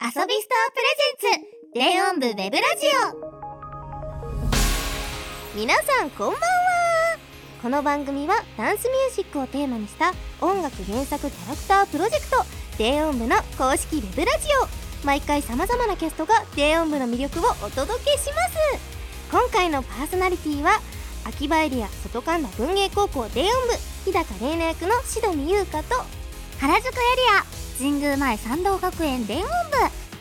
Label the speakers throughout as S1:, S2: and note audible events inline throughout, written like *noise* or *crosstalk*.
S1: 遊びストアプレゼンツ電音部ウェブラジオ皆さんこんばんはこの番組はダンスミュージックをテーマにした音楽原作キャラクタープロジェクト電音部の公式ウェブラジオ毎回さまざまなキャストが電音部の魅力をお届けします今回のパーソナリティは秋葉エリア外神田文芸高校電音部日高玲奈役のシドミ優香と原宿エリア神宮前参道学園電音部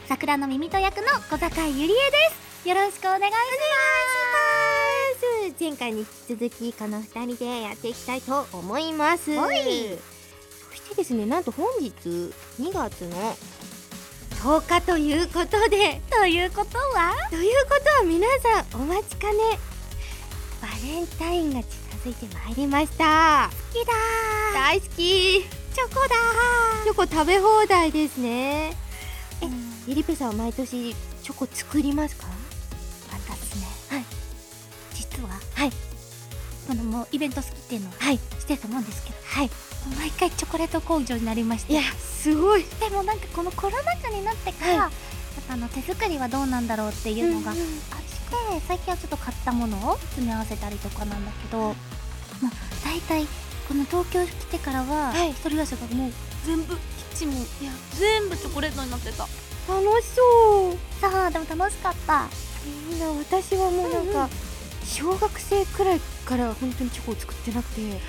S1: 桜の耳と役の小坂ゆりえですよろしくお願いします前回に引き続きこの2人でやっていきたいと思います
S2: い
S1: そしてですねなんと本日2月の10日ということで
S2: ということは
S1: ということは皆さんお待ちかねバレンタインが近づいてまいりました
S2: 好きだ
S1: 大好きチ
S2: チョコだ
S1: ョコ食べ放題ですね
S2: え、
S1: ゆりぺさんは毎年チョコ作りますか
S2: 私ね、
S1: はい
S2: 実は、
S1: はい
S2: このもうイベント好きっていうのを
S1: はい
S2: してると思うんですけど
S1: はい
S2: 毎回チョコレート工場になりまし
S1: い
S2: て
S1: やすごい
S2: でもなんかこのコロナ禍になってから、
S1: はい
S2: やっぱあの手作りはどうなんだろうっていうのがあって、最近はちょっと買ったものを詰め合わせたりとかなんだけど、まあ、大体この東京来てからは、
S1: はい
S2: 一人暮らしがもう全部キッチンもいや全部チョコレートになってた
S1: 楽しそう
S2: さあでも楽しかった
S1: みんな私はもうなん
S2: うんう
S1: か小学生くらいから本当にチョコを作ってなくて
S2: 本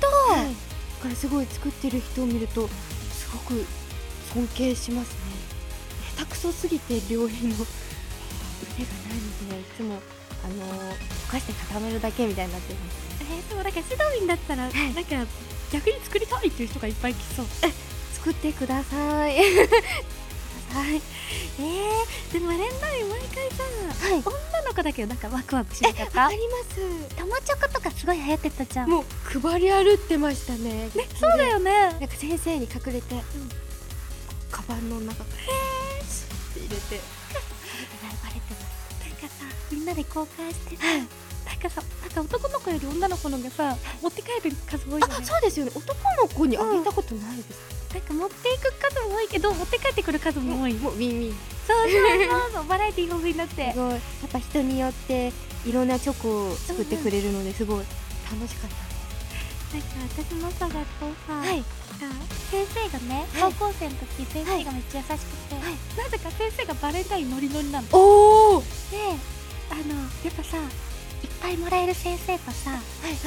S2: 当、
S1: はいだからすごい作ってる人を見るとすごく尊敬しますね下手くそすぎて料理の腕がないのでいつもあのー溶かして固めるだけみたいになってます
S2: えー、でもなんかシドミンだったら、なんか逆に作りたいっていう人がいっぱい来そう
S1: 作ってください
S2: *laughs*
S1: はい
S2: はいえー、でもバレンタイン毎回さ女の子だけどなんかワクワクしなかっ
S1: あ
S2: た
S1: りま
S2: 玉チョコとかすごい流行ってたじゃ
S1: す
S2: う
S1: もう配り歩ってましたねね
S2: そうだよね
S1: なんか先生に隠れて、カバンの中からスッて入れて
S2: バレてますなんかさみんなで交換してさなんかさなんか男の子より女の子のがさ持って帰る数多いよね
S1: あそうですよね男の子にあげたことないです、
S2: なんか持っていく数も多いけど持って帰ってくる数も多い
S1: もうウィンウィン
S2: そうそうそうそうバラエティー豊富になって *laughs*
S1: すごいやっぱ人によっていろんなチョコを作ってくれるのですごい楽しかった
S2: なんか私のさ学校さ、
S1: はい
S2: なんか先生がね、
S1: はい
S2: 高校生の時先生がめっちゃ優しくて、
S1: はい
S2: なぜか先生がバレンタインノリノリなので
S1: おおは
S2: あのやっぱさいっぱいもらえる先生とさ、
S1: いは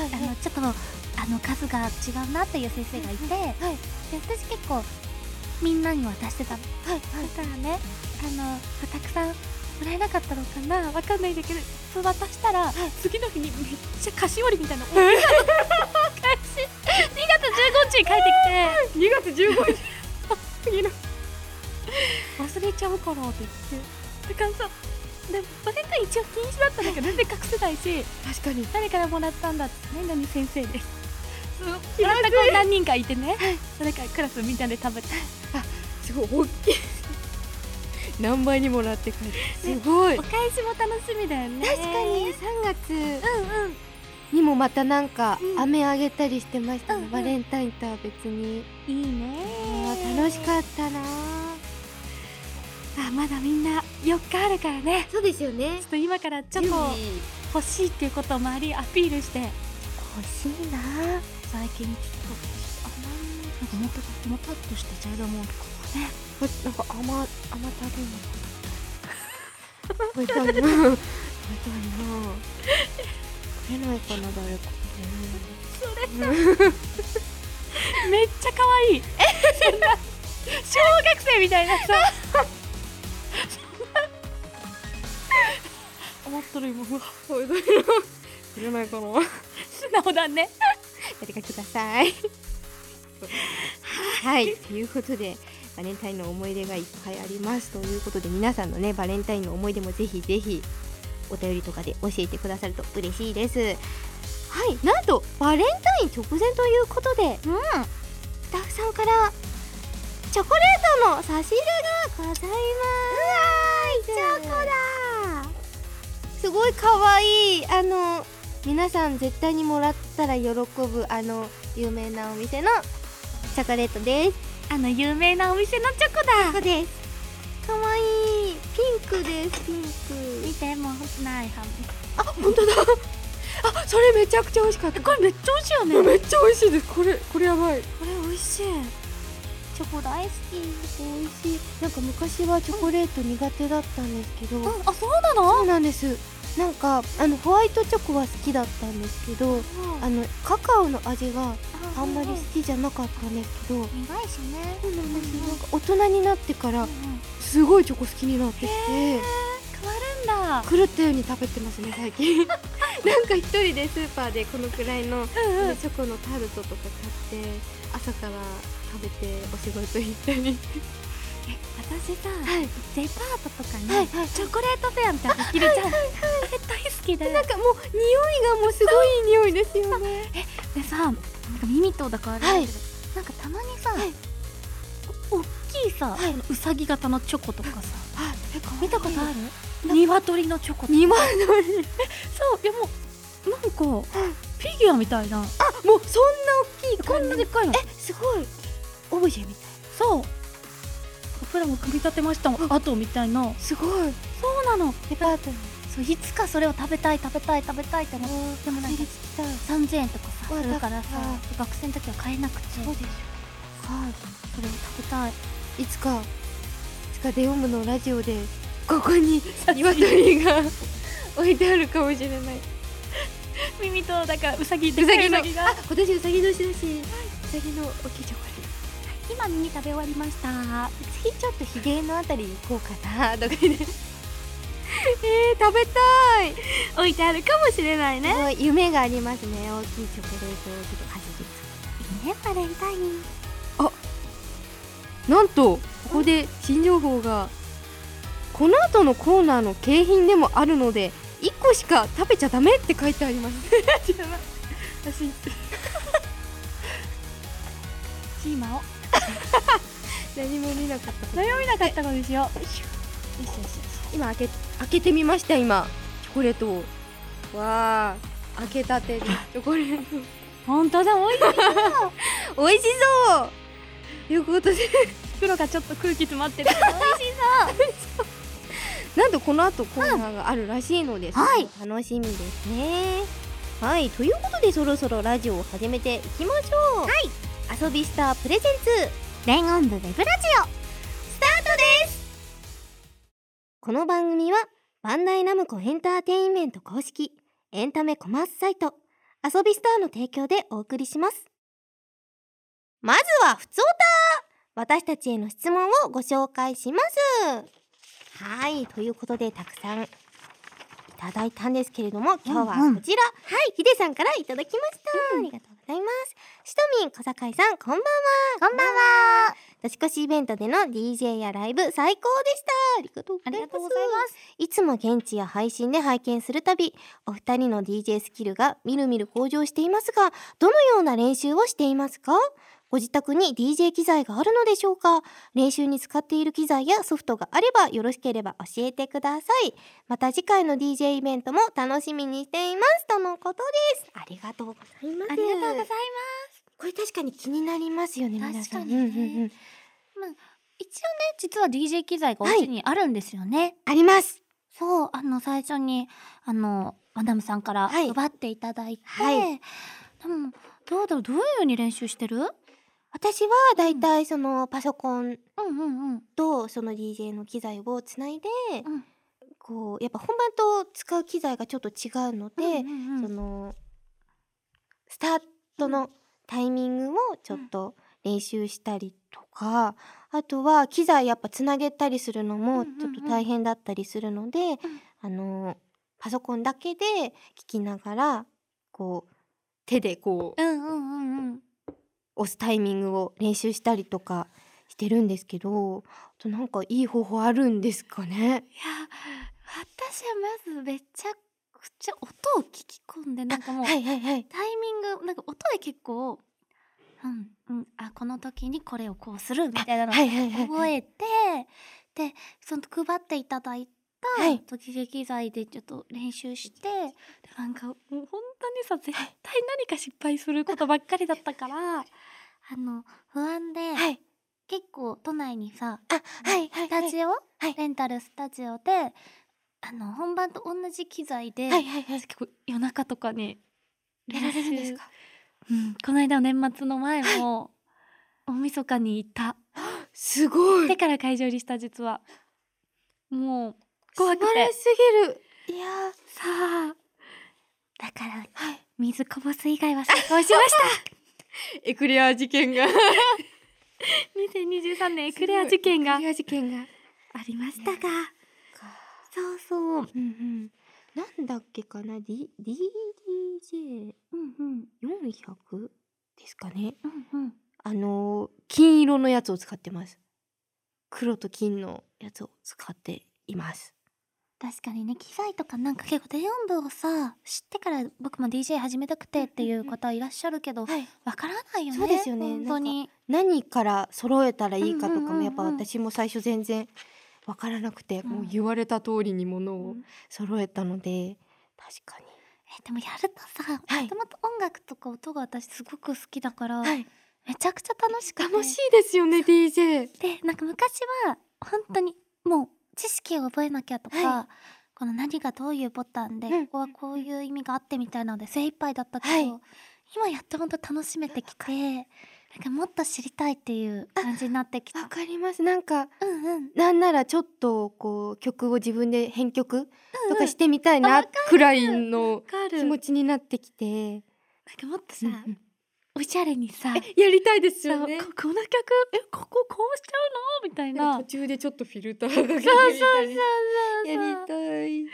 S1: い
S2: あのちょっとあの数が違うなっていう先生がいて、で
S1: はい
S2: 私結構みんなに渡してたの、
S1: はい
S2: だからねあのたくさんもらえなかったのかなわかんないんだけどそう渡したら、次の日にめっちゃ菓子折りみたいなの大きなの返し2月15日に帰ってきて。
S1: 2月15日
S2: 次の忘れちゃうからって言ってだからさでバレンタイン一応禁止だったんだけど全然隠せないし
S1: 確かに
S2: 誰からもらったんだって何々先生ですそうもらった子何人かいてねそれからクラスみんなで食べて
S1: すごい大 *laughs* きい何倍にもらって帰るすごい
S2: お返しも楽しみだよね
S1: 確かに3月
S2: うんうん
S1: にもまたなんか
S2: うん
S1: 飴あげたりしてました
S2: うん
S1: ね
S2: うん
S1: バレンタインとは別に
S2: いいね
S1: あー楽しかったな
S2: あまだみんな4日あるからね
S1: そうですよね
S2: ちょっと今からチョコを欲しいっていうことを周りにアピールして
S1: 欲しいな
S2: 最近ちょっとあなんかもたもたっとした茶色もんとかね
S1: これなんか甘甘たるいの。これ多分。これ多分な。食えないかな誰か。
S2: それ
S1: うん
S2: めっちゃ可愛いそんな小学生みたいなさそんな思っとる今うわ
S1: 食えないかな。
S2: *laughs* 素直だね
S1: 誰かください。はい、ということで。バレンタインの思い出がいっぱいありますということで皆さんのねバレンタインの思い出もぜひぜひお便りとかで教えてくださると嬉しいですはいなんとバレンタイン直前ということで
S2: うん
S1: スタッフさんからチョコレートの差し入れがございます
S2: ーいチョコ
S1: だすごい可愛いあの皆さん絶対にもらったら喜ぶあの有名なお店のチョコレートです
S2: あの有名なお店のチョコだ
S1: そうですクですピンク
S2: 見てもうない半分
S1: あ本当だ *laughs* あそれめちゃくちゃ美味しかった
S2: えこれめっちゃ美味しいよね
S1: めっちゃ美味しいですこれこれやばい
S2: これ美味しいチョコ大好き
S1: 美味しいなんか昔はチョコレート苦手だったんですけど、
S2: うんあそうなの
S1: そうなんですなんかあのホワイトチョコは好きだったんですけどあのカカオの味があんまり好
S2: 苦
S1: きじゃなかったんですけど、
S2: いしね
S1: そうなんです
S2: うんうん
S1: なんか大人になってから
S2: うんうん
S1: すごいチョコ好きになってき
S2: へ
S1: て
S2: ー変わるんだ
S1: 狂ったように食べてますね最 *laughs* 近なんか一人でスーパーでこのくらいの
S2: うんうん
S1: チョコのタルトとか買って朝から食べてお仕事行った *laughs* り
S2: え私さ
S1: はい
S2: デパートとか
S1: はい
S2: に
S1: はい
S2: チョコレートフェアみたいなのできるじゃんあれ大好きで
S1: なんかもう匂いがもうすごい匂いですよね *laughs*
S2: でさなんか耳とだからあれだけどなんかたまにさ
S1: はい
S2: お大きいさ
S1: はい
S2: ウサギ型のチョコとかさ
S1: あ
S2: 見たことある
S1: な
S2: 鶏のチョコとか
S1: 2万ドル
S2: そういやもうなんかフィギュアみたいな
S1: もうそんな大きい
S2: こんなでっかいの
S1: えすごいオブジェみたい
S2: そうプラも組み立てましたもんあとみたいな
S1: すごい
S2: そうなの
S1: デパートに
S2: そういつかそれを食べたい食べたい食べたいって思って
S1: で
S2: もなんか
S1: きたい
S2: 30円とかさ
S1: わ
S2: するからさ
S1: だか
S2: 学生の時は買えなくて
S1: そうですよ
S2: はいそれを食べたい
S1: いつかいつかデオムのラジオでここ *laughs* に鶏が置いてあるかもしれ *laughs* ない
S2: 耳とだからうさぎ
S1: うさぎの
S2: うさぎが
S1: あ今年うさぎ年だしうさぎの大きいチョコ
S2: 今耳食べ終わりました
S1: レート次ちょっとひげのあたりに行こうかなとか言って *laughs* えー、食べたい
S2: 置いてあるかもしれないね
S1: すごい夢がありますね大きいチョコレートをちょっとかじり
S2: いいねバレンタイン
S1: なんとここで新情報がこの後のコーナーの景品でもあるので1個しか食べちゃダメって書いてあります *laughs* 私
S2: チーマを
S1: 何も見なかった
S2: 悩みなかったのですよ
S1: 今開け開けてみました今チョコレートをわあ開けたてでチョコレー
S2: 本当だ美味しい
S1: ト *laughs* 美味しそうということで
S2: 袋がちょっと空気詰まって *laughs* る美味し
S1: なんとこの後コーナーがあるらしいのです、
S2: はい
S1: 楽しみですねはいということでそろそろラジオを始めていきましょうはい遊びスタープレゼンツ伝音部ウェブラジオスタートですこの番組はバンダイナムコエンターテインメント公式エンタメコマースサイト遊びスターの提供でお送りしますまずはふつおた私たちへの質問をご紹介しますはい、ということでたくさんいただいたんですけれども、今日はこちら、はい、ヒデさんからいただきました、ありがとうございます。しとみん、小坂井さん、こんばんは。こんばんは。年越しイベントでの DJ やライブ最高でした。ありがとうございます。
S2: す
S1: いつも現地や配信で拝見するたび、お二人の DJ スキルがみるみる向上していますが、どのような練習をしていますかご自宅に DJ 機材があるのでしょうか練習に使っている機材やソフトがあればよろしければ教えてください。また次回の DJ イベントも楽しみにしています。とのことです。ありがとうございます。
S2: ありがとうございます
S1: これ確かに気になりますよね、皆さん。
S2: 確かに
S1: う
S2: ね
S1: んうんうん。
S2: 一応ね実は DJ 機材がお家にあるんですよね、
S1: あります。
S2: そうあの最初にあのマダムさんから
S1: はい
S2: 奪っていただいて、
S1: はい
S2: でもどうだろうどういうように練習してる
S1: 私はだいたいそのパソコン
S2: うんうんうん
S1: とその DJ の機材をつないで、
S2: うん
S1: こうやっぱ本番と使う機材がちょっと違うので、
S2: うんうん
S1: そ
S2: うん
S1: のスタートのタイミングをちょっと練習したりとか、あとは機材やっぱつなげたりするの
S2: う
S1: も
S2: ん
S1: ち
S2: うんうん
S1: ょっと大変だったりするので、あのパソコンだけで聞きながらこう手でこう
S2: うんうんうんうん
S1: 押すタイミングを練習したりとかしてるんですけどあとなんかいい方法あるんですかね
S2: いや私はまずめちゃくちゃ音を聞き込んでなんかもう
S1: はいはいはい
S2: タイミングなんか音で結構うんうんあこの時にこれをこうするみたいなのを
S1: はいはいはい
S2: 覚えてでその配っていただいた
S1: はい
S2: 時計機材でちょっと練習して、でなんかもう本当にさ絶対 *laughs* 何か失敗することばっかりだったからあの不安で、
S1: はい
S2: 結構都内にさ
S1: あはいはい
S2: スタジオ、
S1: はい
S2: レンタルスタジオであの本番と同じ機材で、
S1: はいはいはい
S2: 結構夜中とかに
S1: やられるんですか
S2: 練習、うん、この間の年末の前も大晦日に行った
S1: すご
S2: でから会場入りした実はもう怖く
S1: 素晴ら
S2: て
S1: しすぎるいやー
S2: さあだから
S1: はい
S2: 水こぼす以外は成功しま *laughs* した
S1: エクレア事件がエ
S2: 2023年エクレア事件があ
S1: クレア事件が
S2: りましたがそうそう
S1: うんうんなんだっけかな D DDJ
S2: うんうん
S1: 400ですかね
S2: うんうん
S1: あのー金色のやつを使ってます黒と金のやつを使っています
S2: 確かにね機材とかなんか結構低音部をさ知ってから僕も DJ 始めたくてっていう方いらっしゃるけどわ
S1: はい
S2: からないよね
S1: そうですよね
S2: 本当に
S1: 何から揃えたらいいかとか
S2: うんうんうんう
S1: も
S2: ん
S1: やっぱ私も最初全然わからなくて、
S2: うん
S1: もう言われた通りにもの
S2: う
S1: を
S2: ん
S1: 揃えたので確かに
S2: えでもやるとさ
S1: はい
S2: もともと音楽とか音が私すごく好きだから、
S1: はい
S2: めちゃくちゃ楽しくて
S1: 楽しいですよね DJ
S2: でなんか昔は本当にもう知識を覚えなきゃとか、
S1: は
S2: この何がどういうボタンで、
S1: うん
S2: ここはこういう意味があってみたいなので精一杯だったけど、
S1: はい
S2: 今やっと本当楽しめてきてなんかもっと知りたいっていう感じになってき
S1: わ
S2: た。
S1: かりますなんか
S2: うんうん、
S1: なんならちょっとこう曲を自分で編曲と
S2: う
S1: か
S2: ん
S1: してみたいなくらいの
S2: わか
S1: 気持ちになってきて、
S2: なんかもっと
S1: う
S2: さ、
S1: んうん
S2: おしゃれにさ
S1: やりたいです
S2: そう
S1: よね
S2: ここの曲えこここうしちゃうのみたいな
S1: 途中 *laughs* でちょっとフィルターがけてみたりやり
S2: は
S1: たい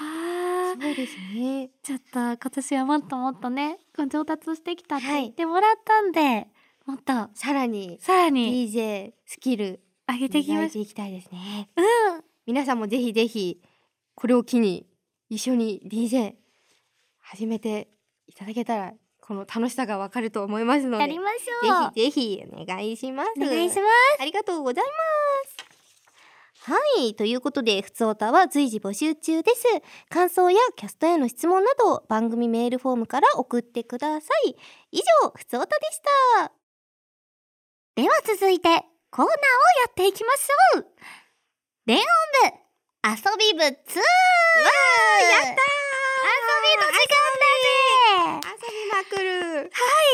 S2: あ
S1: そうですね
S2: ちょっと今年はもっともっとねこう上達してきたって
S1: はい
S2: 言ってもらったんで、もっと
S1: さらに
S2: さらに
S1: DJ スキル
S2: 上げていき
S1: 磨
S2: ま
S1: い
S2: して
S1: いきたいですね
S2: うん
S1: 皆さんもぜひぜひこれを機に一緒に DJ 始めていただけたらこの楽しさがわかると思いますの
S2: や
S1: で
S2: り
S1: ぜ
S2: ましょう
S1: ひぜひお願いします
S2: お願いします
S1: ありがとうございます。はい。ということで、ふつおたは随時募集中です。感想やキャストへの質問など、番組メールフォームから送ってください。以上、ふつおたでした。
S2: では続いてコーナーをやっていきましょう電音部遊び部2わーやったー遊びの時間だね
S1: 遊びまくる。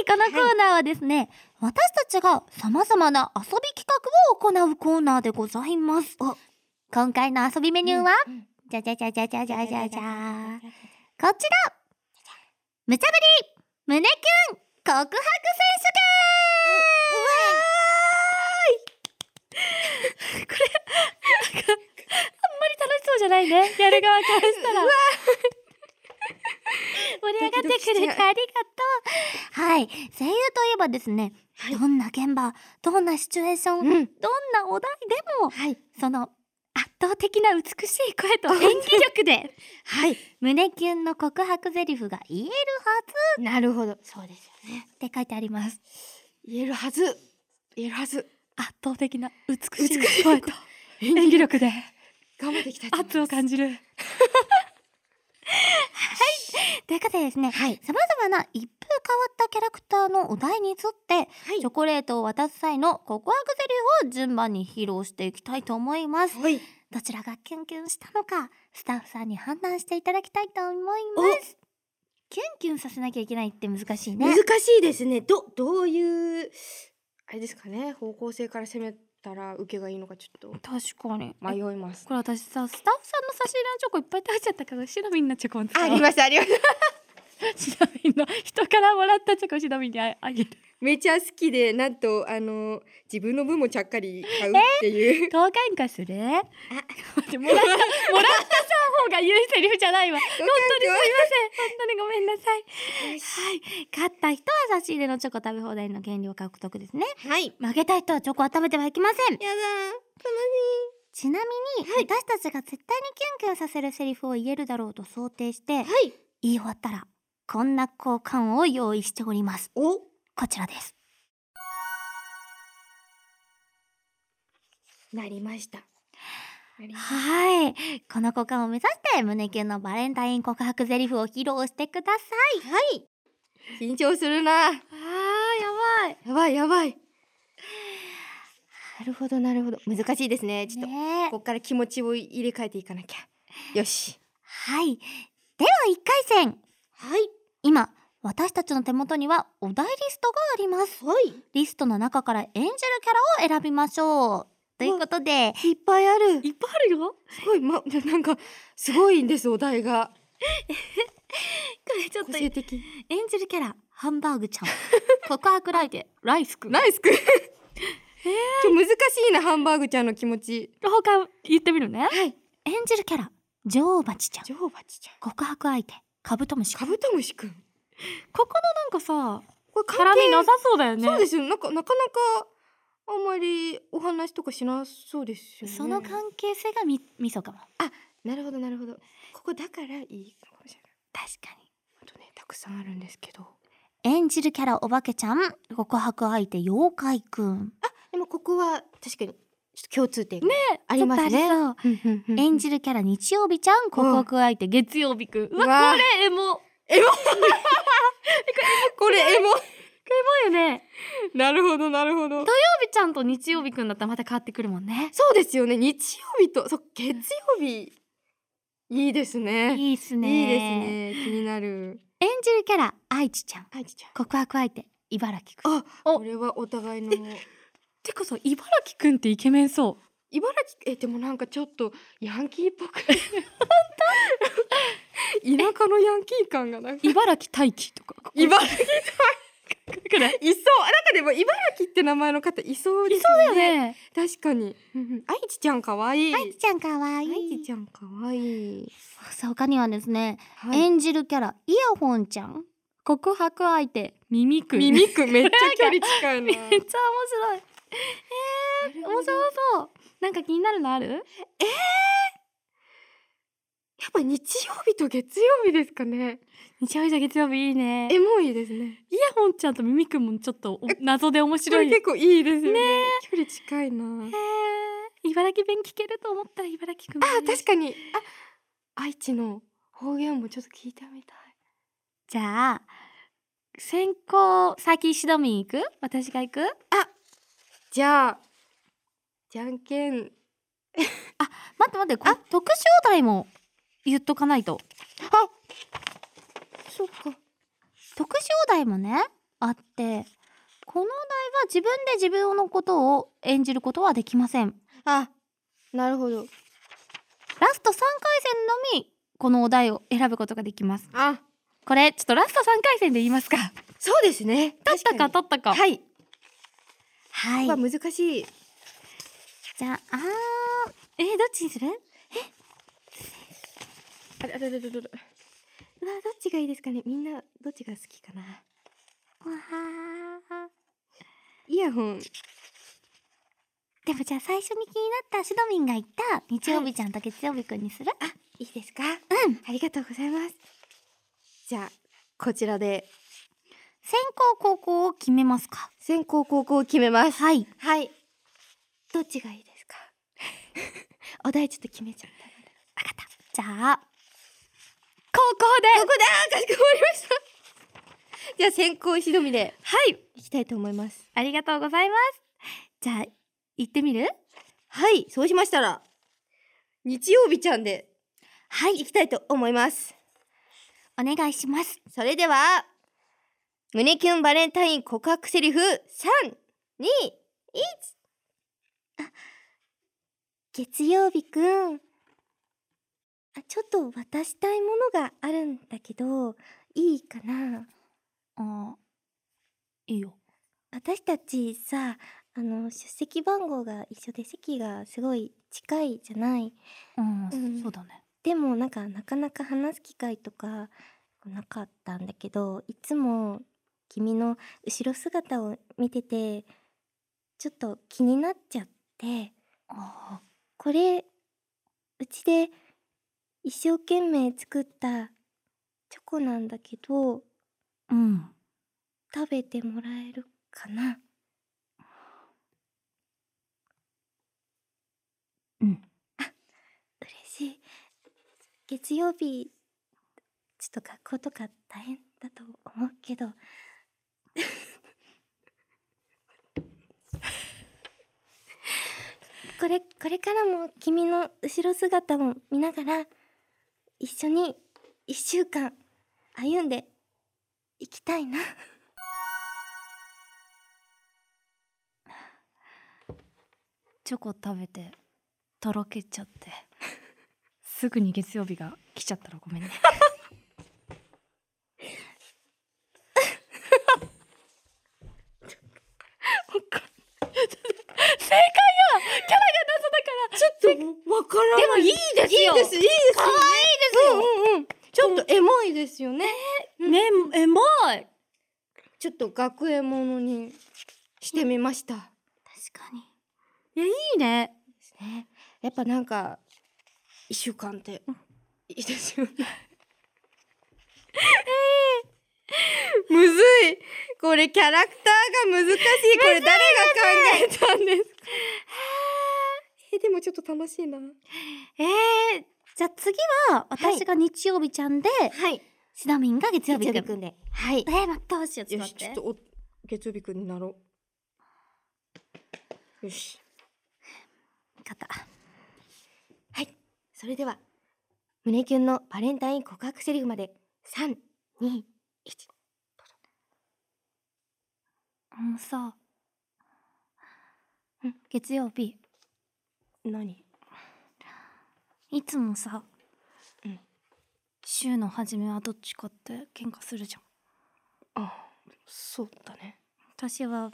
S2: このコーナーはですね、私たちが様々な遊び企画を行うコーナーでございます。今回の遊びメニューは、じゃじゃじゃじゃじゃじゃじゃじゃーこちら無茶ぶり胸キュン告白選手権これ、なんか、あんまり楽しそうじゃないね。やる側からしたら。盛り上がってくれてありがとう。はい。声優といえばですね、どんな現場、どんなシチュエーション、どん
S1: ん。
S2: なお題でも、
S1: はい。
S2: その圧倒的な美しい声と演技力で、
S1: はい。
S2: *laughs* 胸キュンの告白ゼリフが言えるはず
S1: なるほど。そうですよね。
S2: って書いてあります。
S1: 言えるはず。言えるはず。
S2: 圧倒的な美
S1: しい声と
S2: 演技力 *laughs* で
S1: 頑張っていきたい
S2: じる。はい。ということでですね、
S1: はい。
S2: 様々な一風変わったキャラクターのお題に沿って、チョコレートを渡す際の告白ゼリフを順番に披露していきたいと思います。
S1: はい。
S2: どちらがキュンキュンしたのか、スタッフさんに判断していただきたいと思います。キュンキュンさせなきゃいけないって難しいね。
S1: 難しいですね。ど、どういう、あれですかね、方向性から攻めたら受けがいいのかちょっ
S2: 確かに。
S1: と迷います。
S2: これ私さ、スタッフさんの差し入れのチョコいっぱい食べちゃったから、シナミンのチョコを使おう
S1: ます *laughs* あります。
S2: シナミンの、人からもらったチョコシナミンにああ *laughs* げる。
S1: *laughs* めちゃ好きで、なんと、あの、自分の分もちゃっかり買うって *laughs* いう。
S2: どう喧嘩 *laughs* するあ、待って、もらった、もらったさ方が言うセリフじゃないわ。本
S1: 当
S2: 当にすいません。本当にごめんなさい。はい。勝った人は差し入れのチョコ食べ放題の権利を獲得ですね。
S1: はい。
S2: 負けた人はチョコは食べてはいけません
S1: やだー、
S2: ちなみに、私たちが絶対にキュンキュンさせるセリフを言えるだろうと想定して
S1: 楽しい。はい。
S2: 言い終わったらこんな交換を用意しております
S1: お、
S2: こちらです
S1: なりました。なりました
S2: はいこの交換を目指して胸キュンのバレンタイン告白ゼリフを披露してください
S1: はい。緊張するな。
S2: あーやばい
S1: やばいやばい。なるほどなるほど難しいですねちょっと、
S2: ねえ
S1: ここから気持ちを入れ替えていかなきゃよし
S2: はいでは1回戦
S1: はい
S2: 今私たちの手元にはお題リストがあります
S1: はい
S2: リストの中からエンジェルキャラを選びましょうということで
S1: いっぱいある
S2: いっぱいあるよこ
S1: すごいまなんかすごいんですお題が
S2: れちょっ
S1: 個
S2: とエン
S1: 性的
S2: ジェルキャラハンバーグ *laughs* ちゃん告白ライでライスくん
S1: ナイスくん、ちょ難しいなハンバーグちゃんの気持ち
S2: 他言ってみるね
S1: はい
S2: エンジェルキャラ女王蜂ちゃん
S1: 女王蜂ちゃん
S2: 告白相手カブトムシ
S1: カ
S2: こ
S1: ブトムシくん
S2: このなんかさ
S1: これ
S2: 絡
S1: 関
S2: み
S1: 係
S2: なさそうだよね
S1: そうですよなんかなかなかあんまりお話とかしなそうですよね
S2: その関係性がみみそかも
S1: なるほどなるほどここだからいいのかもしれない
S2: 確かに
S1: あとねたくさんあるんですけど
S2: 演じるキャラおばけちゃん告白相手妖怪くん
S1: でもここは確かにちょっと共通点ねあります
S2: ちょっと
S1: ね
S2: ありそう
S1: 演
S2: 演
S1: じ
S2: じるキャラ日曜日ちゃん告白相手月曜日くんうわ
S1: うわ
S2: これエモ
S1: これエモ
S2: エモよね
S1: なるほどなるほど
S2: 曜日ちゃんと日曜日くんだったらまた変わってくるもんね
S1: そうですよね日曜日とそう月曜日いいですね
S2: いいっすね
S1: いいですね気になる
S2: 演じるキャラ愛知ちゃん
S1: あいちちゃん
S2: 告白相手茨城くん
S1: あ
S2: お
S1: これはお互いの
S2: てかさ茨城くんってイケメンそう
S1: 茨城えでもなんかちょっとヤンキーっぽく本当田舎のヤンキー感がなんか
S2: 茨城大輝 *laughs* とか
S1: 茨城
S2: くらい
S1: いそうなんかでも茨城って名前の方いそうです
S2: そうだよね
S1: 確かにうんうん愛知ちゃん可愛い
S2: 愛知ちゃんかわいい
S1: 愛知ちゃん可愛い
S2: そう他にはですね、
S1: はい
S2: 演じるキャライヤホンちゃん告白相手耳くん *laughs* めっ
S1: 耳くんめっちゃ距離近 *laughs* いな
S2: ちゃ面白い面白
S1: や
S2: そうなんか気になるのある
S1: っぱ日曜日と月曜日ですかね
S2: 日曜日じゃ月曜日いいね
S1: エモいですね
S2: イヤホンちゃんとミミくんもちょっとお謎で面
S1: こ
S2: 白
S1: れ
S2: いね
S1: 結構いいですよね距離近いな
S2: え茨城弁聞けると思ったら茨城くん
S1: あ確
S2: に
S1: かにあ愛知の方言もちょっと聞いてみたい
S2: じゃあ先行先シドミン行く私が行く
S1: じゃあじゃんけん
S2: 待って待ってこ特集お題も言っとかないと
S1: あそっか
S2: 特集お題もねあってこのお題は自分で自分のことを演じることはできません
S1: あなるほど
S2: ラスト3回戦のみこのお題を選ぶことができます
S1: あ
S2: これちょっとラスト3回戦で言いますか
S1: そうですね
S2: 取ったか
S1: *laughs* 確
S2: 取ったか
S1: にはい
S2: は
S1: やっぱ難しい
S2: じゃああーえー、どっちにする
S1: あれあれあれあれあれうわどっちがいいですかねみんなどっちが好きかな
S2: わは
S1: イヤホン
S2: でもじゃあ最初に気になったシドミンが言った日曜日ちゃんと月曜日くんにする、
S1: あいいですか
S2: うん
S1: ありがとうございますじゃあこちらで
S2: 先行後攻を決めますか
S1: 先行後攻を決めます
S2: はい
S1: はいどっちがいいですかお題ちょっと決めちゃったので
S2: わかったじゃあ高校で
S1: ここであーかしこまりましたじゃあ先行しどみで
S2: はい
S1: いきたいと思います
S2: ありがとうございますじゃあ行ってみる
S1: はいそうしましたら日曜日ちゃんで
S2: はい
S1: 行きたいと思います
S2: お願いします
S1: それでは胸キュンバレンタイン告白セリフ三二一月曜日くんあちょっと渡したいものがあるんだけどいいかな
S2: あいいよ
S1: 私たちさあの出席番号が一緒で席がすごい近いじゃない
S2: うん、
S1: うん
S2: そうだね
S1: でもなんかなかなか話す機会とかなかったんだけどいつも君の後ろ姿を見ててちょっと気になっちゃって
S2: あ
S1: これうちで一生懸命作ったチョコなんだけど
S2: うん
S1: 食べてもらえるかな
S2: うん
S1: 嬉しい月曜日ちょっと学校とか大変だと思うけど *laughs*
S3: これこれからも君の後ろ姿も見ながら一緒に1週間歩んでいきたいな
S2: チョコ食べてとろけちゃってすぐに月曜日が来ちゃったらごめんねわかんない正解はキャラが謎だから
S1: ちょっとわからない。
S2: *laughs* でもいいです
S1: い
S2: よ
S1: いです、いいです
S3: うん
S1: よね。
S3: うんうん
S1: ちょっとエモいですよね。
S2: ねえもい
S1: ちょっと学園ものにしてみました。
S3: 確かに
S2: いいね
S1: ね、やっぱなんか一週間っていいですよね。むずいこれキャラクターが難しいこれ誰が考えたんですかえーでもちょっと楽しいなは
S2: えー、じゃあ次は私が日曜日ちゃんで、
S1: い
S2: シダミンが月曜日
S3: 月曜
S2: く
S3: 日
S2: ん
S3: くんで
S1: はい
S2: えー、待ってほしいよちょ
S1: よ
S2: っ
S1: し
S2: と待
S1: ちょ
S2: っ
S1: ってとお月曜日くんになろうよし
S2: 肩
S1: それでは胸キュンのバレンタイン告白セリフまで三二一
S2: あのさうん月曜日
S1: 何
S2: いつもさ、
S1: うん
S2: 週の初めはどっちかって喧嘩するじゃん
S1: あそうだね
S2: 私は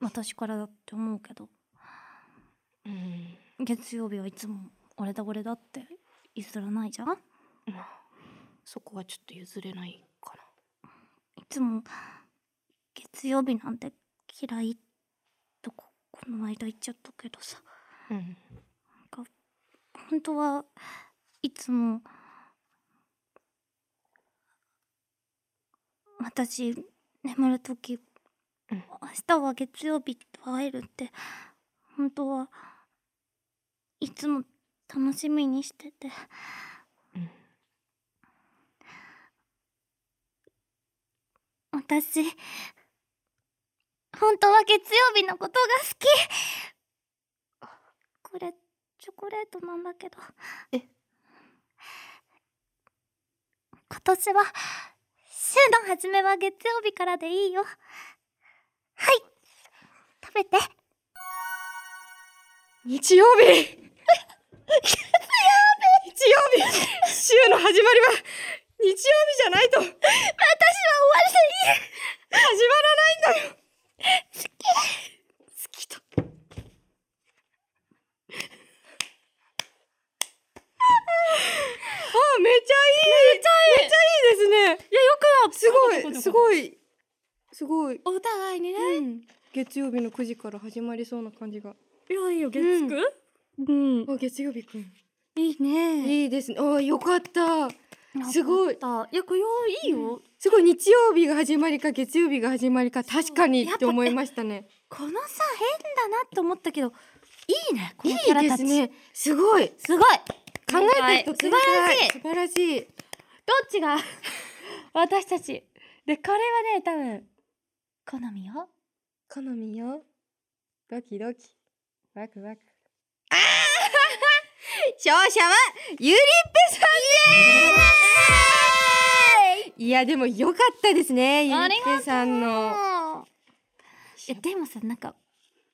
S2: 私からだって思うけど
S1: うん
S2: 月曜日はいつも俺だ俺だって譲らないじゃんい
S1: まあそこはちょっと譲れないかな
S2: つも月曜日なんて嫌いとここの間言っちゃったけどさ
S1: うん
S2: 本当はいつも私眠る時、
S1: うん
S2: 明日は月曜日と会えるって本当はいつも楽しみにしてて、
S1: うん
S2: 私本当は月曜日のことが好きこれチョコレートなんだけど
S1: え
S2: 今年は週の初めは月曜日からでいいよはい食べて
S1: 日曜日月曜日日曜日週の始まりは日曜日じゃないと私は終わりでいい始まらないんだよ好き好きとあめちゃいいめちゃいいめちゃいいですね
S2: いやよく
S1: すごいす
S2: い
S1: ごいすごい、
S2: お互いにね
S1: うん、月曜日の9時から始まりそうな感じが
S2: いやいいよ月
S1: うん
S2: 九、
S1: うんあ月曜日くん
S2: いいね
S1: いいですね。ああ、よかった。すごい
S2: よかったいやこれよいいよ、
S1: すごい日曜日が始まりか月曜日が始まりか確かに
S2: やっぱ
S1: って思いましたね。
S2: このさ変だなって思ったけどいいねこ
S1: い
S2: のキャラ
S1: いで
S2: たち
S1: すね。すごい。
S2: すごい
S1: 考えてる人
S2: 素晴らしい
S1: 天才素晴らしい。
S2: どっちが私たちでこれはね多分好みよ
S1: 好みよ。ドキドキ。ワクワク。ああ勝者はユリッペさんですいやでも良かったですね。ユリ
S2: あ
S1: ッ
S2: り
S1: ペさんの。
S2: えでもさなんか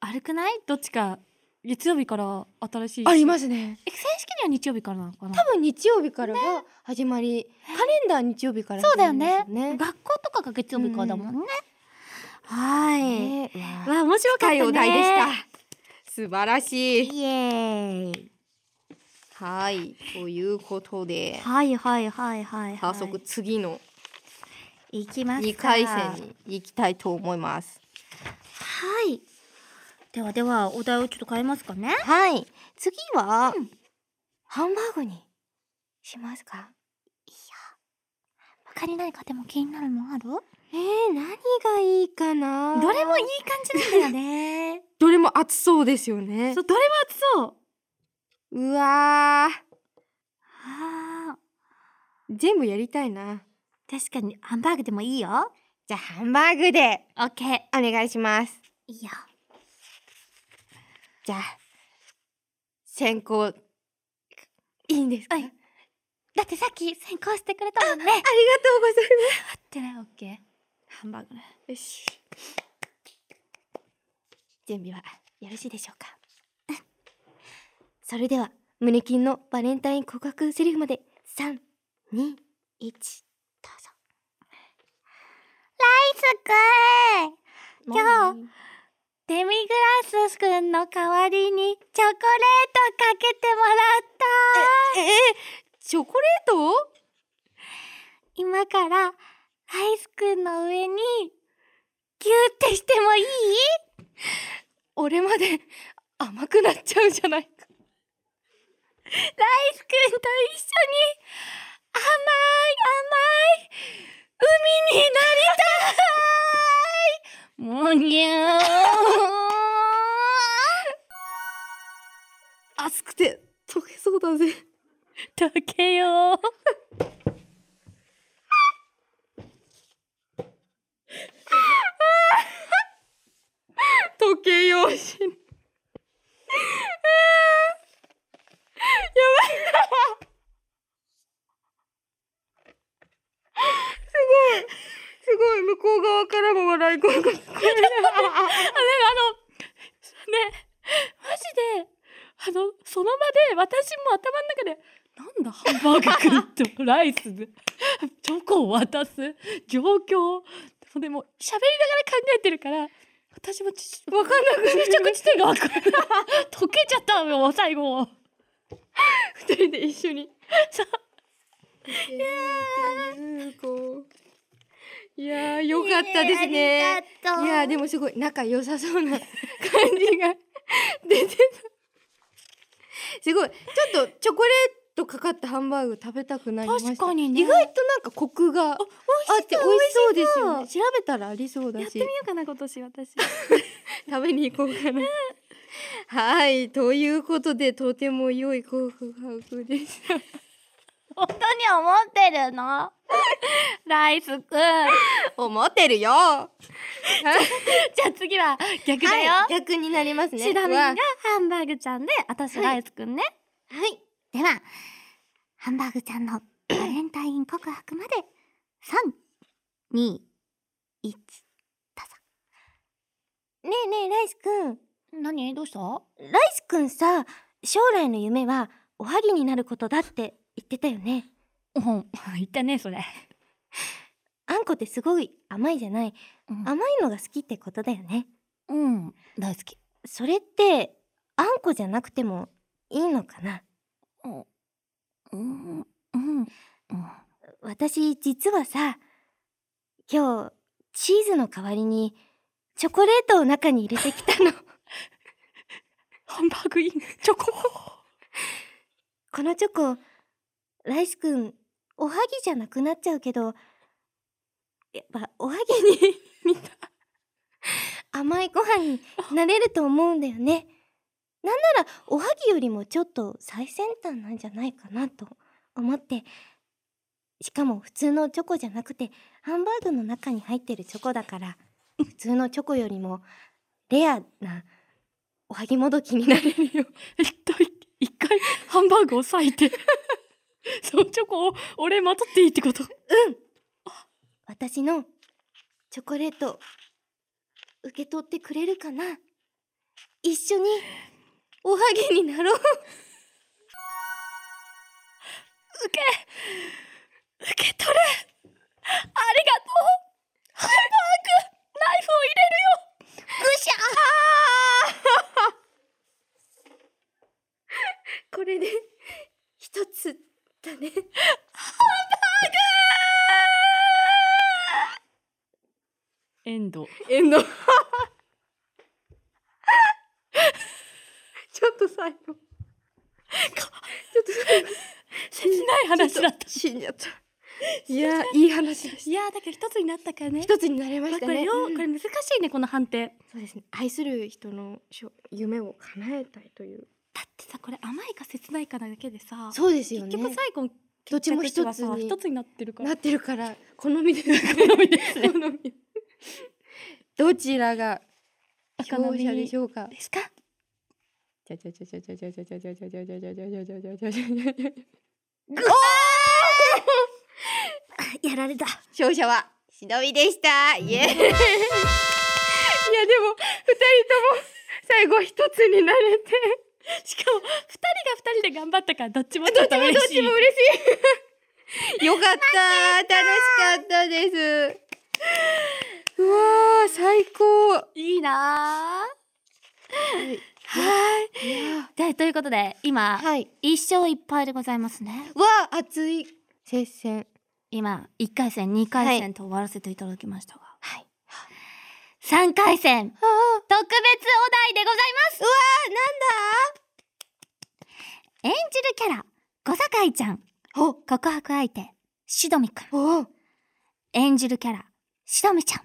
S2: あるくないどっちか月曜日から新しい
S1: あり
S2: す
S1: ますね。
S2: 正式には日曜日からなのかな
S1: 多分日曜日からが始まり、カレンダー日曜日から
S2: そうだよ
S1: 始ま
S2: ね
S1: りですよね
S2: 学校とかが月曜日からだもんね、はーい、
S1: ねわあ
S2: わあ面白か
S1: 深
S2: ったね
S1: いお題でした素晴らしい
S3: イエーイ
S1: はいということで
S2: はいはいはいはい、はい、
S1: 早速次の
S2: 行きますか
S1: 2回戦に行きたいと思います
S2: はいではではお題をちょっと変えますかね
S1: はい次は、ハンバーグにしますか
S2: 他に何かでも気になるのある
S1: えー、何がいいかな
S2: どれもいい感じなんだよね
S1: どれも熱そうですよね
S2: *laughs* そうどれも熱そう
S1: うわー
S2: あ
S1: 全部やりたいな
S2: ー確かにハンバーグでもいいよ
S1: じゃあハンバーグで
S2: オッケー
S1: お願いします
S2: いいよ
S1: じゃあ
S4: 先行いいんですか、
S2: はい
S4: あり
S2: だってさっき先行してくれたもん *laughs* ね。
S4: がとうございま
S2: ってね、オッケー。ハンバーグね。
S4: すよし準備はよろしいでしょうか
S1: それでは胸キュンのバレンタイン告白セリフまで321どうぞライスくん今日デミグラスくんの代わりにチョコレートかけてもらった
S4: チョコレートを
S1: 今からライスくんの上にギューってしてもいい
S4: 俺まで甘くなっちゃうじゃないか
S1: ライスくんと一緒に甘い甘い海になり
S2: *laughs* もうにゃー。 *laughs*
S4: 熱くて溶けそうだぜ
S2: 溶けよう。
S4: 溶けようしないあーやばいなすごいすごい向こう側からも笑い声が聞こえる
S2: あ、でもあの、ね、マジで、あの、その場で私も頭の中で、なんだハンバーグ君とライスで、チョコを渡す状況。でも、喋りながら考えてるから、私もち、わかんなく
S4: *laughs*
S2: なっちゃう。着地点がわかんない。溶けちゃったよ、最後。
S4: 二人で一緒に
S2: そう
S4: こういやーよかったですねいやーでもすごい仲良さそうな感じが出てたすごいちょっとチョコレートかかったハンバーグ食べたくなりました
S2: 確かにね
S4: 意外となんかコクがあって美味しそうですよ
S2: 美
S4: ね調べたらありそうだ
S2: やってみ
S4: し
S2: ようかな、今年私。
S4: 食べに行こうかなはいということでとても良い告白でした
S2: 本当に思ってるの *laughs* ライスくん。じゃ
S4: 思ってるよ。
S2: あ次は逆だよ。
S4: はい、逆になりますね。
S2: シダミン
S4: う
S2: が
S4: わ
S2: ハンバーグちゃんで、私ライスくんね。
S1: はい。では、ハンバーグちゃんのバレンタイン告白まで、3、2、1、どうぞ。ねえねえ、ライスくん。
S2: 何どうし
S1: *laughs*
S2: た
S1: ライスくんさ、将来の夢は、おはぎになることだって言ってたよね。
S2: うん、言ったね、それ。
S1: あんこってすごい甘いじゃない。
S2: うん、
S1: 甘いのが好きってことだよね。
S2: うん、大好き。
S1: それって、あんこじゃなくてもいいのかな
S2: うん、うん、
S1: 私実はさ今日チーズの代わりにチョコレートを中に入れてきたの
S2: ハンバーグいいね、チョコ。
S1: このチョコライスくんおはぎじゃなくなっちゃうけどやっぱおはぎに *laughs* みた甘いご飯になれると思うんだよねなんならおはぎよりもちょっと最先端なんじゃないかなと思ってしかも普通のチョコじゃなくてハンバーグの中に入ってるチョコだから普通のチョコよりもレアなおはぎもどきになれるよ
S2: えっと、 *laughs* 一回ハンバーグを裂
S1: *laughs*
S2: いて、そのチョコを俺まとっていいってこと
S1: 私のチョコレート受け取ってくれるかな一緒におはぎになろう
S2: 受け取るありがとうハンバーグナイフを入れるよ
S1: ぐし
S4: これで一つだね。
S2: エンド。 *laughs*
S4: エンド。ちょっと最後。ちょっと最後
S2: 切ない話だった。
S4: 死んじゃった。いやいい話でし
S2: いやーだけど一つになったからね
S4: た。。一つになれま
S2: ま
S4: し
S2: あ
S4: た
S2: こ
S4: ね。
S2: れよ、
S4: うん
S2: これ難しいねこの判定。
S4: そうですね。愛する人のしょ夢を叶えたいという。
S2: だってさこれ甘いか切ないかだけでさ、
S4: そうですよ
S2: 結
S4: ね。
S2: 局最後
S4: どっちも一つ
S2: さ
S4: に
S2: 一つになってるから
S4: な。ってるから好み
S2: *laughs*
S4: で
S2: 好みですね
S4: 好みどちらが
S2: お好
S4: 勝
S2: み
S4: 者でしょうか
S2: ですか？
S4: ちゃちゃちゃちゃちゃちゃちゃちゃちゃちゃちゃちゃちゃちゃちゃちゃちゃちゃちゃちゃ
S1: やられた
S4: 勝者は忍びでしたイエーイいやでも二人とも最後一つになれて
S2: しかも二人が二人で頑張ったからどっちもち
S4: ど
S2: ょ
S4: っ
S2: っ
S4: ち
S2: と
S4: もどっ
S2: 嬉し
S4: ち
S2: い
S4: も嬉しいよかった楽しかったですうわー最高はい
S2: いなあはい
S4: いや
S2: でということで今
S4: はい
S2: 一勝一敗でございますね
S4: わあ熱い接戦
S2: 今一回戦二回
S4: は
S2: 戦と終わらせていただきましたが
S4: はい
S2: 三回戦
S4: ああ
S2: 特別お題でございます演じるキャラ小坂井ちゃん
S4: お
S2: 告白相手しどみくん
S4: お
S2: 演じるキャラしどみちゃん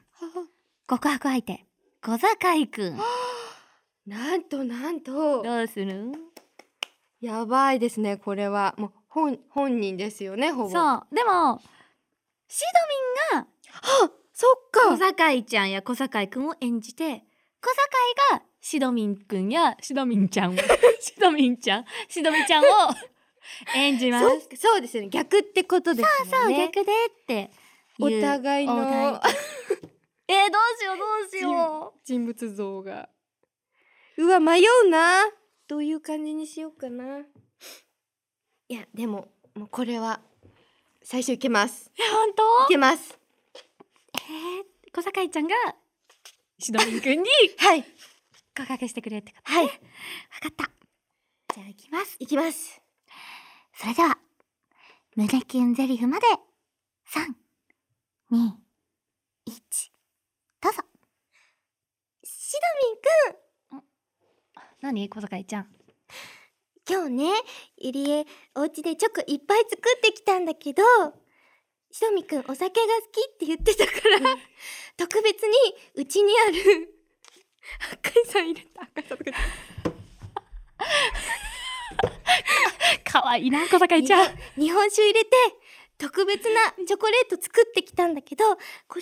S2: 告白相手小坂井くん
S4: なんとなんと
S2: どうする
S4: やばいですねこれはもう本本人ですよねほぼ
S2: そうでもしどみんが
S4: あそっ
S2: 小
S4: か
S2: 坂井ちゃんや小坂井くんを演じて小坂井がしどみんくんやしどみんち *laughs* ゃんをしどみんちゃんしどみちゃんを演じます
S4: そそうですよね逆ってことですもんね
S2: そう、逆でって
S4: お互いの
S2: お互いえー、どうしようどうしよ
S4: 人物像がうわ迷うなどういう感じにしようかないやでももうこれは最初いけます
S2: うえ本
S4: い
S2: 当
S4: けます
S2: えー、小坂井ちゃんがしどみんく *laughs* んに
S4: はい
S2: 告白してくれってこと
S4: はい
S2: 分かったじゃあ行きます
S4: いきます
S2: それでは胸キュンゼリフまで三二一どうぞ
S1: しど
S2: 何小坂井ちゃん
S1: みんくん今日ねゆりえお家でチョコいっぱい作ってきたんだけどしどみくんお酒が好きって言ってたから特別にうちにある
S4: 赤井さん入れた赤井さんとか
S2: 可愛いな小坂井ちゃん
S1: 日本酒入れて特別なチョコレート作ってきたんだけどこれ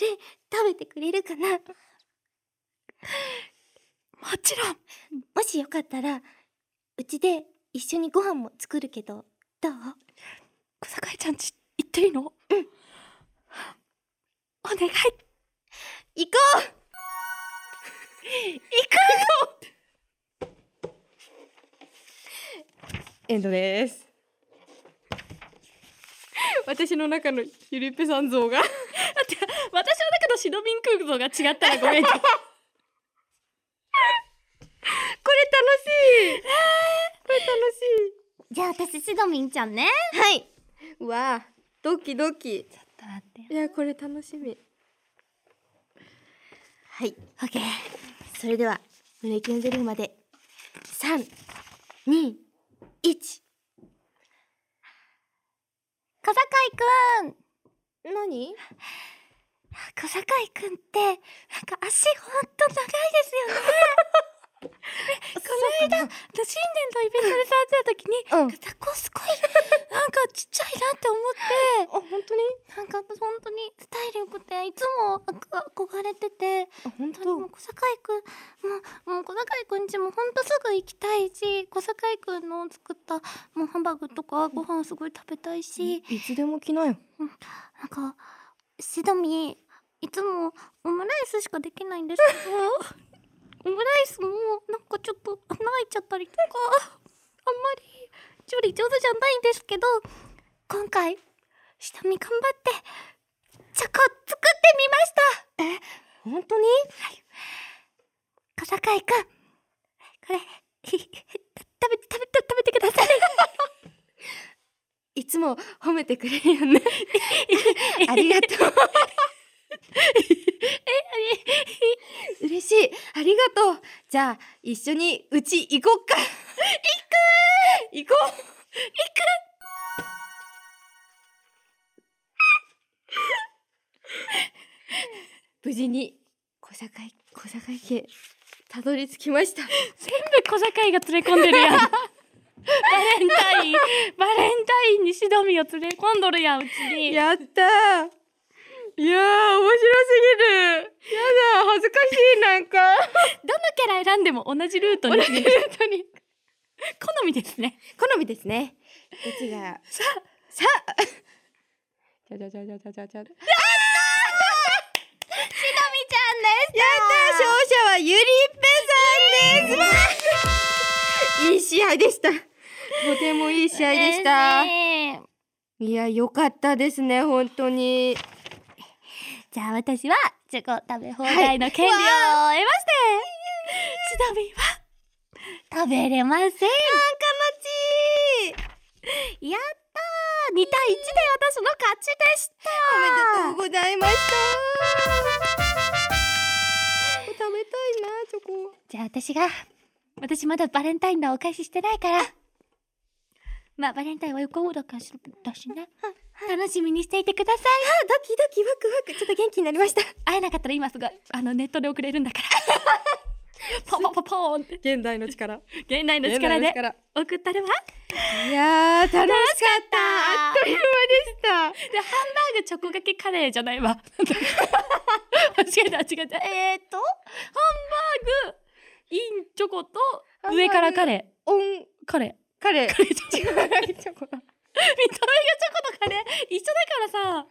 S1: 食べてくれるかな
S2: もちろん
S1: もしよかったらうちで一緒にご飯も作るけどどう
S2: 小坂井ちゃんち行っていいのうんお願い
S1: 行こう
S4: エンドです *laughs* 私の中のゆりっぺさん *laughs* 像が
S2: 私はだけどシドビン空像が違ったらごめ *laughs* ん
S4: これ楽しいこれ楽
S1: じゃあ私しどみんちゃんね
S4: しいはいわあドキドキいやこれ楽しみ
S1: はいオッケーそれでは胸キュンゼリフまで321
S2: 小坂井くん
S1: 何
S2: 小坂井くんってなんか足ほんと長いですよね
S1: *laughs*
S2: この間新年のイベントで触ってた時に
S4: うん
S2: ザコすごいなんかちっちゃいなって思って
S4: あ本当に
S2: なんか本当にスタイル良くていつも憧れてて
S4: あ
S2: 本
S4: 本
S2: 当にもう小坂井くんもうもう小坂井くんちもほんとすぐ行きたいし小坂井くんの作ったもうハンバーグとかご飯すごい食べたいし、
S4: いつでも来なよ
S2: なんかシドミいつもオムライスしかできないんです *laughs* けどオムライスもなんかちょっと穴開いちゃったりとかあんまり調理上手じゃないんですけど今回シドミ頑張ってチョコ作ってみました
S4: 本当に
S2: 小坂井くんこれ食べて食べて食べてください
S4: いつも褒めてくれる *laughs* よねありがとう嬉しいありがとうじゃあ一緒にうち行こっか行く行こう行く無事に小坂井小坂井家たどり着きました
S2: 全部小坂井が連れ込んでるやんバレンタインバレンタインにシドミを連れ込んどるやんうちに
S4: やったーいやー面白すぎるやだ恥ずかしいなんか
S2: どのキャラ選んでも同じルートに
S4: 同じルートに
S2: *laughs* 好みです *laughs* ね。
S4: 好みですね。どっちが。さ、さ。じゃじゃじゃじゃじゃじゃじゃ。やった勝者はゆりっぺさんです。わーいい試合でした。とてもいい試合でした。
S2: ね
S4: いや、良かったですね、本当に。
S2: じゃあ私はチョコ食べ放題の権利を得まして、シドミーは食べれません。あー、悲しい。やったー !2 対1で私の勝ちでした
S4: おめでとうございました。食べたいな、チョコ。
S2: じゃあ私が、私まだバレンタインのお返ししてないから。まあバレンタインは横もだからしだしね。楽しみにしていてください。
S4: あ、ドキドキワクワク、ちょっと元気になりました。
S2: 会えなかったら今すぐ、あのネットで送れるんだ *laughs* から。ポポポポーンって、
S4: 現代の力。
S2: 現代の力で送ったるわ。
S4: いやー、楽しかった。あっという間でし
S2: で、ハンバーグチョコがけカレーじゃないわ。間違えた、間違えた。えーと、ハンバーグ、インチョコと、上からカレ
S4: た。オン、
S2: ー。カレー。
S4: カレー。
S2: カレーじゃない
S4: チョコハンバ
S2: *laughs*
S4: *laughs*
S2: 見た目がチョコとカレー、一緒だからさ。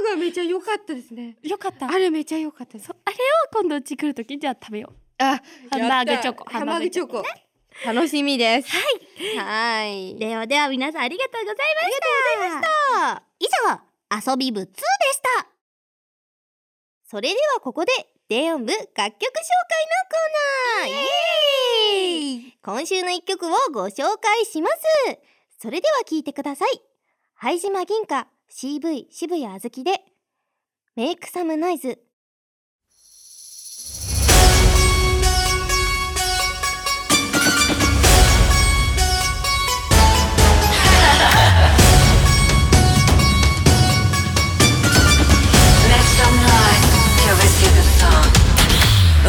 S4: ーグはめっちゃ良かったですね。
S2: よかった。
S4: あれめっちゃ良かったです。
S2: あれを今度うち来るときじゃあ食べよ
S4: あ、
S2: ハンバーグチョコ
S4: やったハンバーグチョコ。楽しみです。はい。はい。
S1: うではでは皆さんありがとうございましたありがとうございました以上遊び部2でしたそれではここで電音部楽曲紹介のコーナーイエーイ今週の一曲をご紹介しますそれでは聴いてください灰島銀貨 CV 渋谷あずきでメイクサムノイズ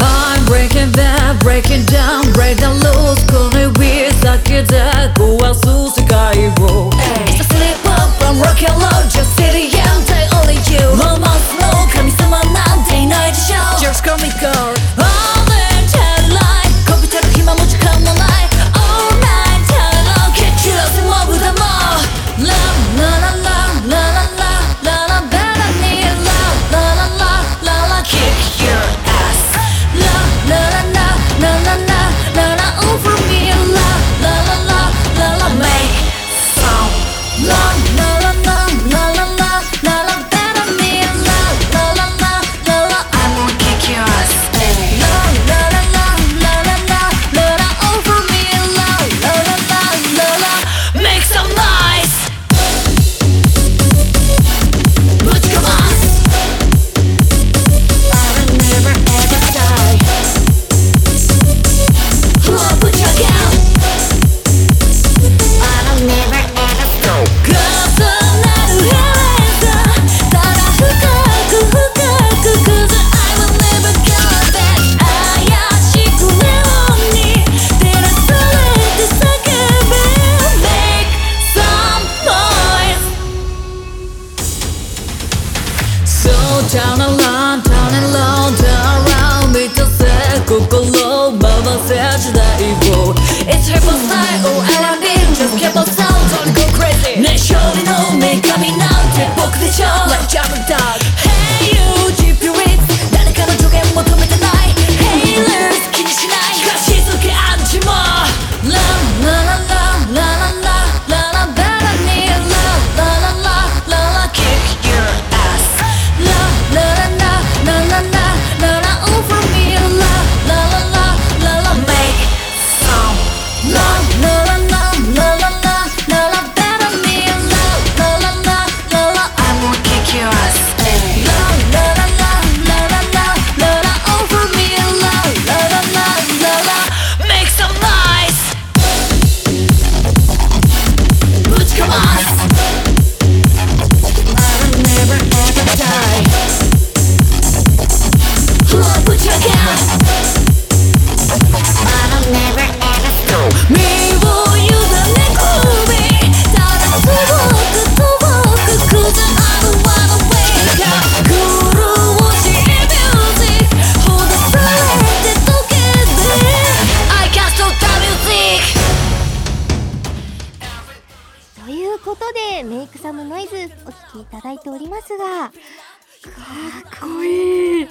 S5: I'm breaking down, breaking down, break down loose この指先で壊す世界を It's a slip up from rock and roll, just city and day only you ロマンスの神様なんていないでしょ Just call me God All in ten light こびてる暇も時間もない All night ten long 蹴散らせモブだも La la la la la la la la la la la la La la la la la kick your ass La la la la la la la la la over me La la la la la la make some La la la la la la la la la better me La la la la la la I will kick your ass La la la la la la la la la over me La la la la la la make some noise Put your ass Make some noise So down and low, down and low, down around 満たせ心を回せ時代を It's her for style, oh I love it Just keep on sound, don't go crazy ねえ勝利の女神なんて僕でしょ Like Jump Dog Hey you, GP Wits 誰かの助言求めてない Haters 気にしない貸し付けアンチも La la la la la la la la better need love La la la la la kick your ass La la la la la la la la la over me La la la la la la make
S1: ということでメイクサムノイズお聞きいただいておりますが
S4: かっこいい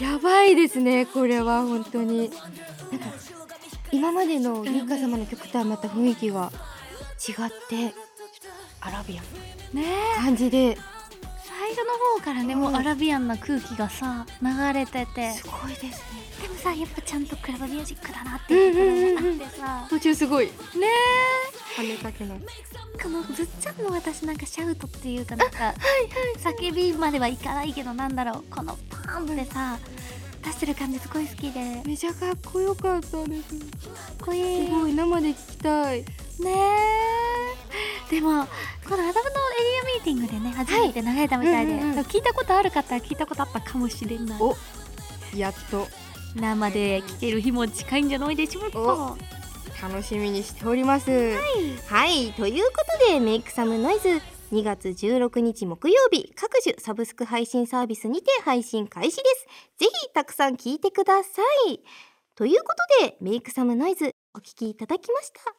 S4: やばいですねこれは本当になんか今までの優香様の曲とはまた雰囲気が違ってアラビアン
S2: ねえ
S4: な感じで
S2: 最初の方からねもうアラビアンな空気がさ流れてて
S4: すごいですね
S2: でもさやっぱちゃんとクラブミュージックだなっていうところもあってさ
S4: 途中すごい
S2: ね
S4: 跳ねかけの
S2: えこのずっちゃんも私なんかシャウトっていうかなんか、叫びまではいかないけどなんだろうこのパーンってさ出してる感じすごい好きで
S4: めちゃかっこよかったです
S2: かっこいい
S4: すごい生で聞きたい
S2: ねえでもこのアダムのエリアミーティングでね初めて流れたみたいで、
S4: うんうんうん
S2: 聞いたことある方は聞いたことあったかもしれない
S4: おやっと
S2: 生で聞ける日も近いんじゃないでしょうか
S4: お楽しみにしております
S1: はいということでメイクサムノイズ2月16日木曜日各種サブスク配信サービスにて配信開始ですぜひたくさん聞いてくださいということでメイクサムノイズお聞きいただきました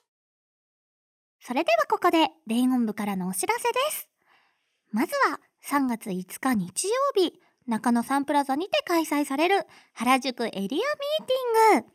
S2: それではここで連音部からのお知らせですまずは3月5日日曜日中野サンプラザにて開催される原宿エリアミーティング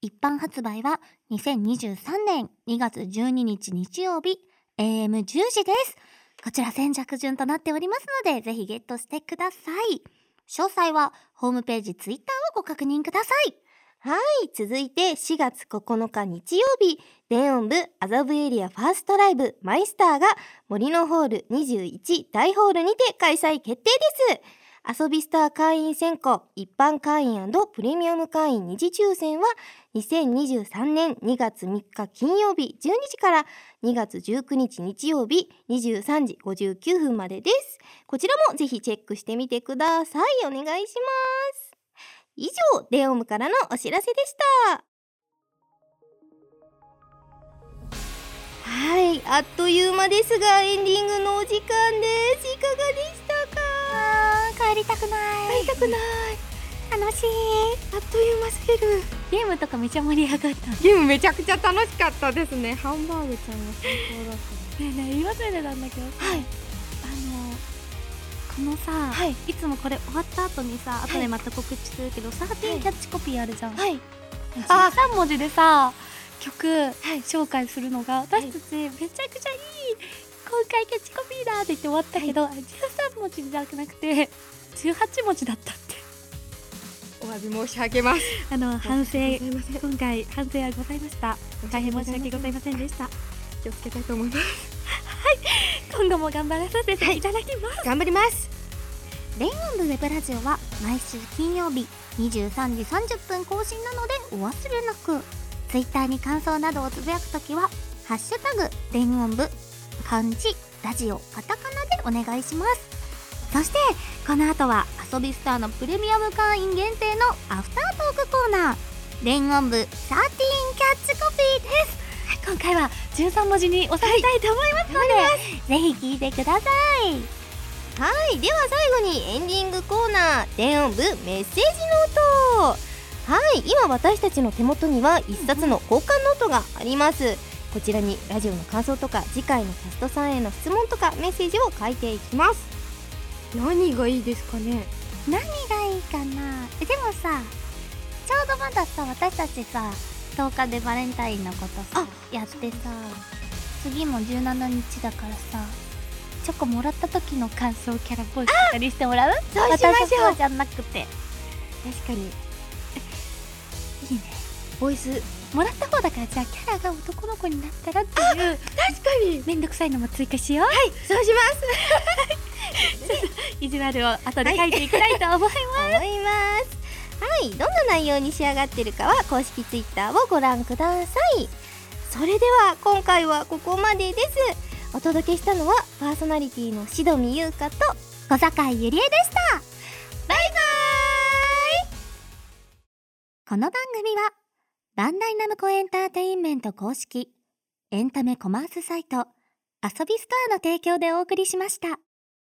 S2: 一般発売は2023年2月12日日曜日 AM10 時ですこちら先着順となっておりますのでぜひゲットしてください詳細はホームページツイッターをご確認ください
S1: はい続いて4月9日日曜日電音部麻布エリアファーストライブマイスターが森のホール21大ホールにて開催決定です遊びスター会員選考一般会員プレミアム会員二次抽選は2023年2月3日金曜日12時から2月19日日曜日23時59分までですこちらもぜひチェックしてみてくださいお願いします以上デオムからのお知らせでしたはいあっという間ですがエンディングのお時間ですいかがでしたか
S2: 帰りたくない帰りたくない楽しい
S4: あっという間すぎる
S2: ゲームとかめちゃ盛り上がった
S4: ゲームめちゃくちゃ楽しかったですねハンバーグちゃんが最高
S2: ね
S4: だっ
S2: えねえ言い忘れてたんだけどはいあのこのさ、い、つもこれ終わった後にさ後でまた告知するけど、13キャッチコピーあるじゃん、
S4: たはい
S2: あ3文字でさ曲紹介するのが私たちめちゃくちゃいい今回キャッチコピーだって言って終わったけど、13文字じゃなくて18文字だったって
S4: お詫び申し上げます
S2: あの反省
S4: すいません
S2: 今回反省はございました大変申し訳ございませんでした
S4: 気をつけたいと思います
S2: 今後も頑張らさせていただきます、
S4: 頑張ります
S2: レインウェブラジオは毎週金曜日23時30分更新なのでお忘れなく Twitter に感想などをつぶやくときは「ハッシュタグレイン部漢字ラジオカタカナ」でお願いしますそしてこの後は遊びスターのプレミアム会員限定のアフタートークコーナー「レイン部13キャッチコピー」です今回は13文字に収めたいと思いますので、ぜひ聞いてください
S1: はいでは最後にエンディングコーナー電音部メッセージノートはい今私たちの手元には一冊の交換ノートがありますこちらにラジオの感想とか次回のキャストさんへの質問とかメッセージを書いていきます
S4: 何がいいですかね
S2: 何がいいかなえでもさちょうどまださ私たちさ10日でバレンタインのことさやってさ次も17日だからさチョコもらった時の感想キャラボイスとかにしてもらう
S1: そうしましょう
S2: 私はそうじゃなくてい
S4: 確かに
S2: いね
S4: ボイス
S2: もらった方だからじゃあキャラが男の子になったらっていう
S4: 確かに
S2: めんどくさいのも追加しようはい
S4: そうします
S2: 意地悪を後で書いていきたいと思います、
S1: 思いますはいどんな内容に仕上がってるかは公式ツイッターをご覧くださいそれでは今回はここまでですお届けしたのはパーソナリティのしどみゆうかと小坂井ゆりえでしたバイバーイ
S2: この番組はバンダイナムコエンターテインメント公式エンタメコマースサイト遊びストアの提供でお送りしました。